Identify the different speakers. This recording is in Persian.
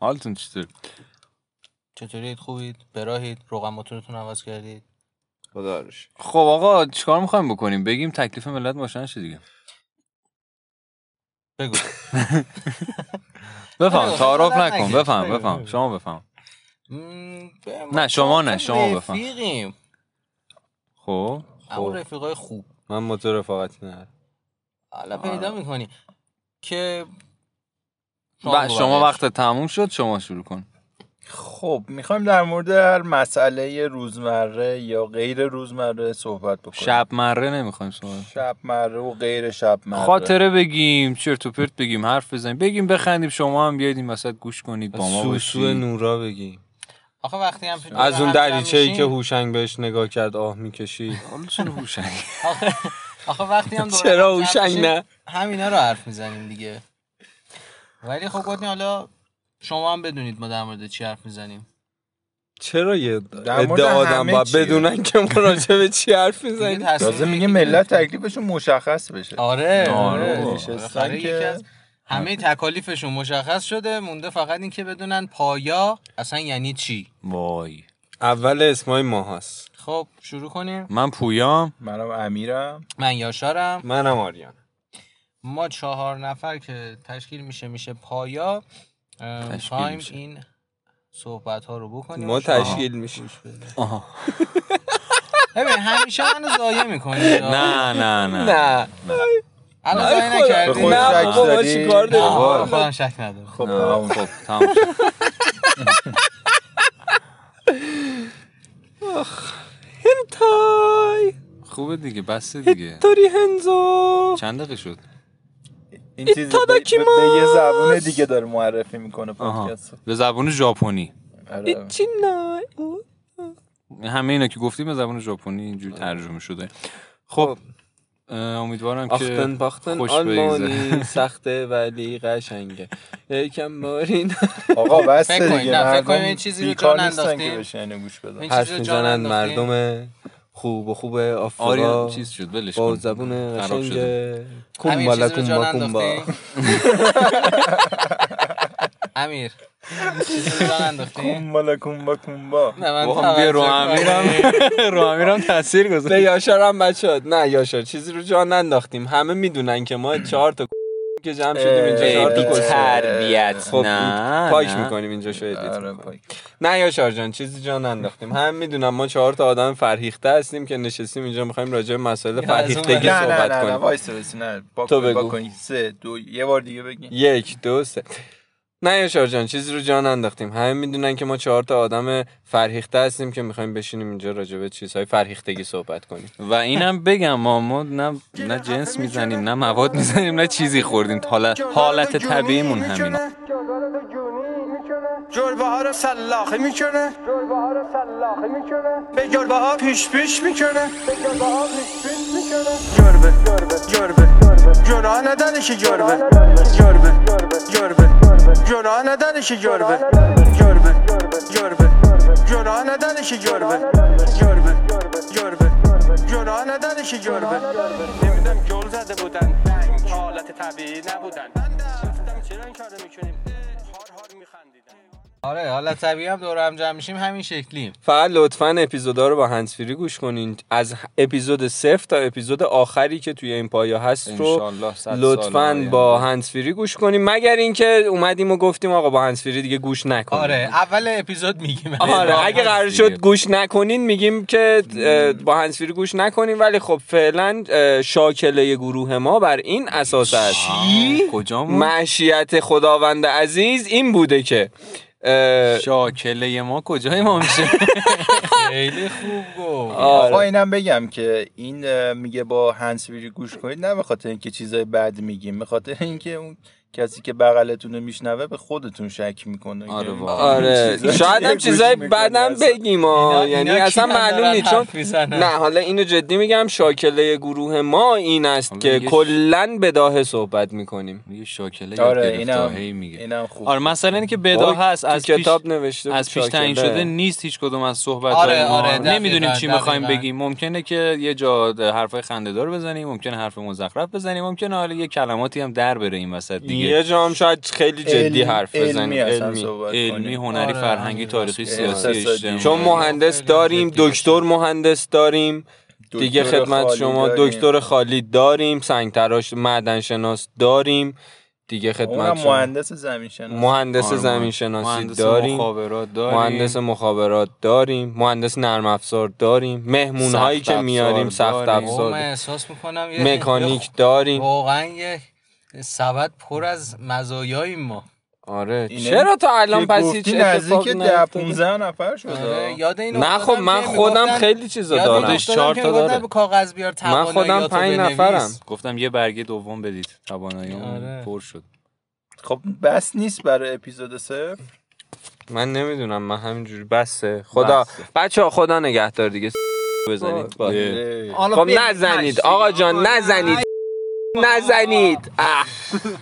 Speaker 1: حالتون چطور
Speaker 2: چطورید خوبید براهید رقم موتورتون عوض کردید
Speaker 3: خدا روش
Speaker 1: خب آقا چیکار میخوایم بکنیم بگیم تکلیف ملت روشن شه دیگه
Speaker 2: بگو
Speaker 1: بفهم
Speaker 2: آره،
Speaker 1: تعارف
Speaker 2: خبر
Speaker 1: نکن
Speaker 2: نگیر.
Speaker 1: بفهم
Speaker 2: بگو،
Speaker 1: بفهم
Speaker 2: بگو.
Speaker 1: شما بفهم
Speaker 2: م، به ما
Speaker 1: نه شما نه
Speaker 2: چون
Speaker 1: شما بفهم
Speaker 2: رفیقیم
Speaker 1: خب
Speaker 2: اما رفیقای خوب
Speaker 3: من موتور رفاقتی نه
Speaker 2: حالا
Speaker 1: آره.
Speaker 2: پیدا میکنی که
Speaker 1: و- بله، شما
Speaker 2: ببخشید.
Speaker 1: وقت تموم شد شما شروع کن
Speaker 4: خب میخوایم در مورد هر مسئله روزمره یا غیر روزمره صحبت بکنیم
Speaker 1: شب مره نمیخوایم سوال
Speaker 4: شب مره و غیر شب مره
Speaker 1: خاطره بگیم چرت و پرت بگیم حرف بزنیم بگیم بخندیم شما هم بیاید این وسط گوش کنید با ما
Speaker 3: سوسو
Speaker 1: باشید
Speaker 3: نورا بگیم
Speaker 2: آخه وقتی هم پیدا
Speaker 3: از اون
Speaker 2: هم جمع
Speaker 3: دریچه ای که
Speaker 2: میشیم-
Speaker 3: هوشنگ بهش نگاه کرد آه میکشی
Speaker 1: حالا چرا هوشنگ؟
Speaker 2: آخه- آخه وقتی هم دور
Speaker 3: چرا
Speaker 2: هم جمع
Speaker 3: هوشنگ
Speaker 2: میشیم،
Speaker 3: نه؟
Speaker 2: همینا رو حرف میزنیم دیگه ولی خب گفتنی حالا شما هم بدونید ما در مورد چی حرف میزنیم
Speaker 3: چرا یه
Speaker 4: در مورد
Speaker 3: ادعا آدم
Speaker 4: همه
Speaker 3: باید
Speaker 4: چیه.
Speaker 3: بدونن که ما راجع به چی حرف میزنیم
Speaker 4: تازه میگه ملت تکلیفشون مشخص بشه
Speaker 2: آره
Speaker 1: آره.
Speaker 2: آره
Speaker 4: نشستن
Speaker 2: بالاخره
Speaker 4: که-
Speaker 2: یکی از همه تکالیفشون مشخص شده مونده فقط این که بدونن پایا اصلا یعنی چی
Speaker 1: وای
Speaker 3: اول اسمای ما هست
Speaker 2: خب شروع کنیم
Speaker 1: من پویام
Speaker 4: منم امیرم
Speaker 2: من یاشارم
Speaker 3: منم آریان
Speaker 2: ما چهار نفر که تشکیل میشه میشه پایا اه،
Speaker 1: تشکیل
Speaker 2: می‌خوایم
Speaker 1: میشه.
Speaker 2: این صحبت ها رو بکنیم
Speaker 3: ما
Speaker 2: شما-
Speaker 3: تشکیل میشیم
Speaker 1: آها.
Speaker 2: ببین همیشه منو ضایع میکنید
Speaker 1: نه نه نه
Speaker 3: نه
Speaker 2: الان
Speaker 3: ای
Speaker 2: ضایع
Speaker 3: خدا.
Speaker 4: به
Speaker 2: نکردی
Speaker 4: خود
Speaker 3: نه،
Speaker 4: شک
Speaker 3: بابا،
Speaker 4: داری
Speaker 3: چیکار داری؟
Speaker 4: آه.
Speaker 2: آه، خودم شک ندارم
Speaker 4: خب
Speaker 1: نه،
Speaker 4: تمام شد.
Speaker 1: خب تمام شد.
Speaker 3: هنتای
Speaker 1: خوبه دیگه بسته دیگه
Speaker 3: تاری هنزو
Speaker 1: چند دقیقه شد
Speaker 4: این چیز به, به,
Speaker 3: ایتاداکیماس.
Speaker 4: به یه زبون دیگه داره معرفی میکنه
Speaker 1: آها.
Speaker 4: پادکست
Speaker 1: به زبان ژاپنی
Speaker 4: آره.
Speaker 3: نه
Speaker 1: همه اینا که گفتیم به زبان ژاپنی اینجوری ترجمه شده خب اه، امیدوارم
Speaker 3: آختن
Speaker 1: که
Speaker 3: باختن
Speaker 1: خوش بگذره.
Speaker 3: آلمانی سخته ولی قشنگه یکم بارین
Speaker 4: آقا بس
Speaker 2: فکر
Speaker 4: دیگه
Speaker 2: کنید، نه، فکر
Speaker 4: مردم
Speaker 2: کنید این چیزی رو
Speaker 4: بیکار
Speaker 2: جا
Speaker 4: نیستن
Speaker 2: ننداختیم.
Speaker 4: که بشینن گوش بدن
Speaker 2: این چیز
Speaker 3: حرف
Speaker 2: رو جا
Speaker 3: میزنن
Speaker 2: ننداختیم.
Speaker 3: مردم خوب و خوب
Speaker 1: آریا
Speaker 3: آفریقا
Speaker 1: آره، چیز شد ولش
Speaker 3: با
Speaker 1: کن
Speaker 3: زبون
Speaker 1: خراب
Speaker 3: قشنگ
Speaker 1: شده.
Speaker 2: امیر
Speaker 3: کومبالا
Speaker 2: چیزی رو جا
Speaker 3: کومبا کومبا
Speaker 2: ننداختی؟ امیر چیزی رو جا ننداختی؟
Speaker 4: کومبالا کومبا کومبا
Speaker 2: نه من
Speaker 1: با هم بیا رو امیرم رو امیرم تاثیر گذاشت
Speaker 3: به یاشار هم بچه نه یاشار چیزی رو جا ننداختیم همه میدونن که ما چهار تا که جمع شدیم اینجا
Speaker 4: ای
Speaker 3: چهار تا
Speaker 4: بی
Speaker 3: کشتیم.
Speaker 4: تربیت،
Speaker 3: خب،
Speaker 1: نه،
Speaker 3: پاک
Speaker 1: نه.
Speaker 3: میکنیم اینجا شو ادیت
Speaker 4: آره،
Speaker 3: می‌کنیم.
Speaker 4: پای.
Speaker 3: نه یاشار جان چیزی جا ننداختیم هم میدونم ما چهار تا آدم فرهیخته هستیم که نشستیم اینجا میخوایم راجع به مسائل فرهیختگی
Speaker 4: نه نه
Speaker 3: صحبت
Speaker 4: نه نه
Speaker 3: کنیم
Speaker 4: وایس وایس نه با
Speaker 3: تو
Speaker 4: کن، با
Speaker 3: بگو.
Speaker 4: کن. سه دو یه بار دیگه بگین
Speaker 3: یک دو سه نه یاشار جان چیزی رو جا ننداختیم همه میدونن که ما چهار تا آدم فرهیخته هستیم که میخوایم بشینیم اینجا راجع به چیزهای فرهیختگی صحبت کنیم
Speaker 1: و اینم بگم ما ما نه نه جنس میزنیم نه مواد میزنیم نه چیزی خوردیم حالت حالت طبیعیمون همینه
Speaker 5: جلبه ها رو سلاخی میکنه جلبه ها رو سلاخی میکنه به جلبه ها پیش پیش میکنه به جلبه ها پیش پیش میکنه جربه جربه جربه جربه نداره که جربه جربه جربه جربه نداره که جربه جربه جربه جربه نداره که جربه جربه جربه جربه نداره که جربه نمیدونم گل زده بودن حالت طبیعی نبودن من رفتم چرا این کارو میکنیم هار هار میخندیدم
Speaker 2: آره حالا طبیعی هم دور هم جمع میشیم همین شکلیم
Speaker 3: فقط لطفا اپیزودا رو با هنسفری گوش کنین از اپیزود صفر تا اپیزود آخری که توی این پایا هست رو
Speaker 1: انشالله صد سال
Speaker 3: لطفا
Speaker 1: آینده.
Speaker 3: با هنسفری گوش کنیم مگر اینکه اومدیم و گفتیم آقا با هنسفری دیگه گوش نکنیم
Speaker 2: آره اول اپیزود میگیم
Speaker 3: آره اگه قرار
Speaker 1: دیگه.
Speaker 3: شد گوش نکنین میگیم که اه، با هنسفیری گوش نکنین ولی خب فعلا اه، شاکله گروه ما بر این اساس است
Speaker 1: کجا ما
Speaker 3: معشیت خداوند عزیز این بوده که اه،
Speaker 1: شاکله ما کجای ما میشه
Speaker 2: خیلی خوب گفت
Speaker 3: آره.
Speaker 4: آقا اینم بگم که این اه، میگه با هنسفیری گوش کنید نه به خاطر اینکه چیزای بد میگیم به خاطر اینکه اون کسی که بغلتون رو میشنوه به خودتون شک میکنه
Speaker 1: آره واقعا.
Speaker 3: آره
Speaker 4: چیزایی
Speaker 3: شاید هم
Speaker 4: که گوش
Speaker 3: چیزای
Speaker 4: می‌کنی
Speaker 3: بدم
Speaker 4: اصلا.
Speaker 3: بگیم ها
Speaker 2: اینا-
Speaker 3: یعنی
Speaker 2: اینا
Speaker 3: اصلا
Speaker 2: کی دارن
Speaker 3: معلوم نیست چون
Speaker 2: حرف میزنن؟
Speaker 3: نه حالا اینو جدی میگم شاکله گروه ما این است
Speaker 1: حالا
Speaker 3: که
Speaker 1: یه-
Speaker 3: کلا بداهه صحبت میکنیم
Speaker 1: میگه شاکله
Speaker 4: آره
Speaker 1: یاد گرفت،
Speaker 4: اینم
Speaker 1: هی میگه
Speaker 4: اینم خوب
Speaker 1: آره مثلا اینه که بدا هست از پیش
Speaker 3: خب. کتاب نوشته بود
Speaker 1: از پیش تعیین
Speaker 3: شاکله.
Speaker 1: شده نیست هیچ کدوم از صحبت
Speaker 2: آره،
Speaker 1: ما
Speaker 2: آره، دقیقاً،
Speaker 1: نمیدونیم چی میخوایم
Speaker 2: دقیقاً.
Speaker 1: بگیم ممکنه که یه جا حرفای خندهدار بزنیم ممکنه حرف مزخرف بزنیم ممکنه حالا یه کلماتی هم در بره این وسط دیگه علمیه
Speaker 3: یه جا هم شاید خیلی جدی حرف بزنیم
Speaker 4: علمی اصلا
Speaker 3: علمی.
Speaker 4: صحبت
Speaker 1: علمی
Speaker 4: کنیم.
Speaker 1: هنری
Speaker 2: آره،
Speaker 1: فرهنگی تاریخی سیاسی
Speaker 4: اقتصادی.
Speaker 1: اجتماعی
Speaker 3: چون مهندس داریم دکتر مهندس داریم
Speaker 4: دکتر
Speaker 3: دیگه خدمت
Speaker 4: خالی
Speaker 3: شما
Speaker 4: داریم.
Speaker 3: دکتر خالی داریم سنگ تراش معدن شناس داریم دیگه
Speaker 4: اونم
Speaker 3: خدمت شما
Speaker 4: مهندس زمین شناس
Speaker 3: مهندس
Speaker 1: آره،
Speaker 3: زمین شناسی داریم
Speaker 1: مخابرات داریم
Speaker 3: مهندس مخابرات داریم مهندس نرم افزار داریم مهمون هایی
Speaker 1: سخت
Speaker 3: که
Speaker 1: افزار
Speaker 3: میاریم سخت
Speaker 1: داریم.
Speaker 2: آقا من
Speaker 3: افزار
Speaker 2: احساس میکنم یه
Speaker 3: مکانیک داریم
Speaker 1: خب.
Speaker 2: واقعا یه سبد پر از مزایایی ما
Speaker 3: آره
Speaker 4: اینه
Speaker 3: چرا تا الان
Speaker 4: که
Speaker 3: پس
Speaker 4: گفتی
Speaker 3: هیچ
Speaker 4: نزدیک
Speaker 3: اتفاقی
Speaker 4: ده
Speaker 3: نیفتاده؟
Speaker 4: 15 نفر شده
Speaker 2: آره، یاد این
Speaker 3: نه
Speaker 2: افتادم
Speaker 3: خب من
Speaker 2: که
Speaker 3: خودم
Speaker 2: می‌گفتن-
Speaker 3: خیلی چیزا
Speaker 2: یاد این
Speaker 3: دارم
Speaker 1: خودش چهار
Speaker 2: افتادم که
Speaker 1: تا
Speaker 2: می‌گفتن
Speaker 1: داره.
Speaker 2: به کاغذ بیار
Speaker 3: من خودم
Speaker 2: تواناییاتو
Speaker 3: پنج
Speaker 2: بنویس.
Speaker 3: نفرم
Speaker 1: گفتم یه برگه دوم بدید توانایی
Speaker 2: آره.
Speaker 1: پر شد
Speaker 4: خب بس نیست برای اپیزود صفر
Speaker 3: من نمیدونم من همینجوری بسه خدا بچه ها خدا نگهدار دیگه بزنید خب، با.
Speaker 1: یه.
Speaker 4: اه.
Speaker 3: خب نزنید آقا جان نزنید نزنید اه.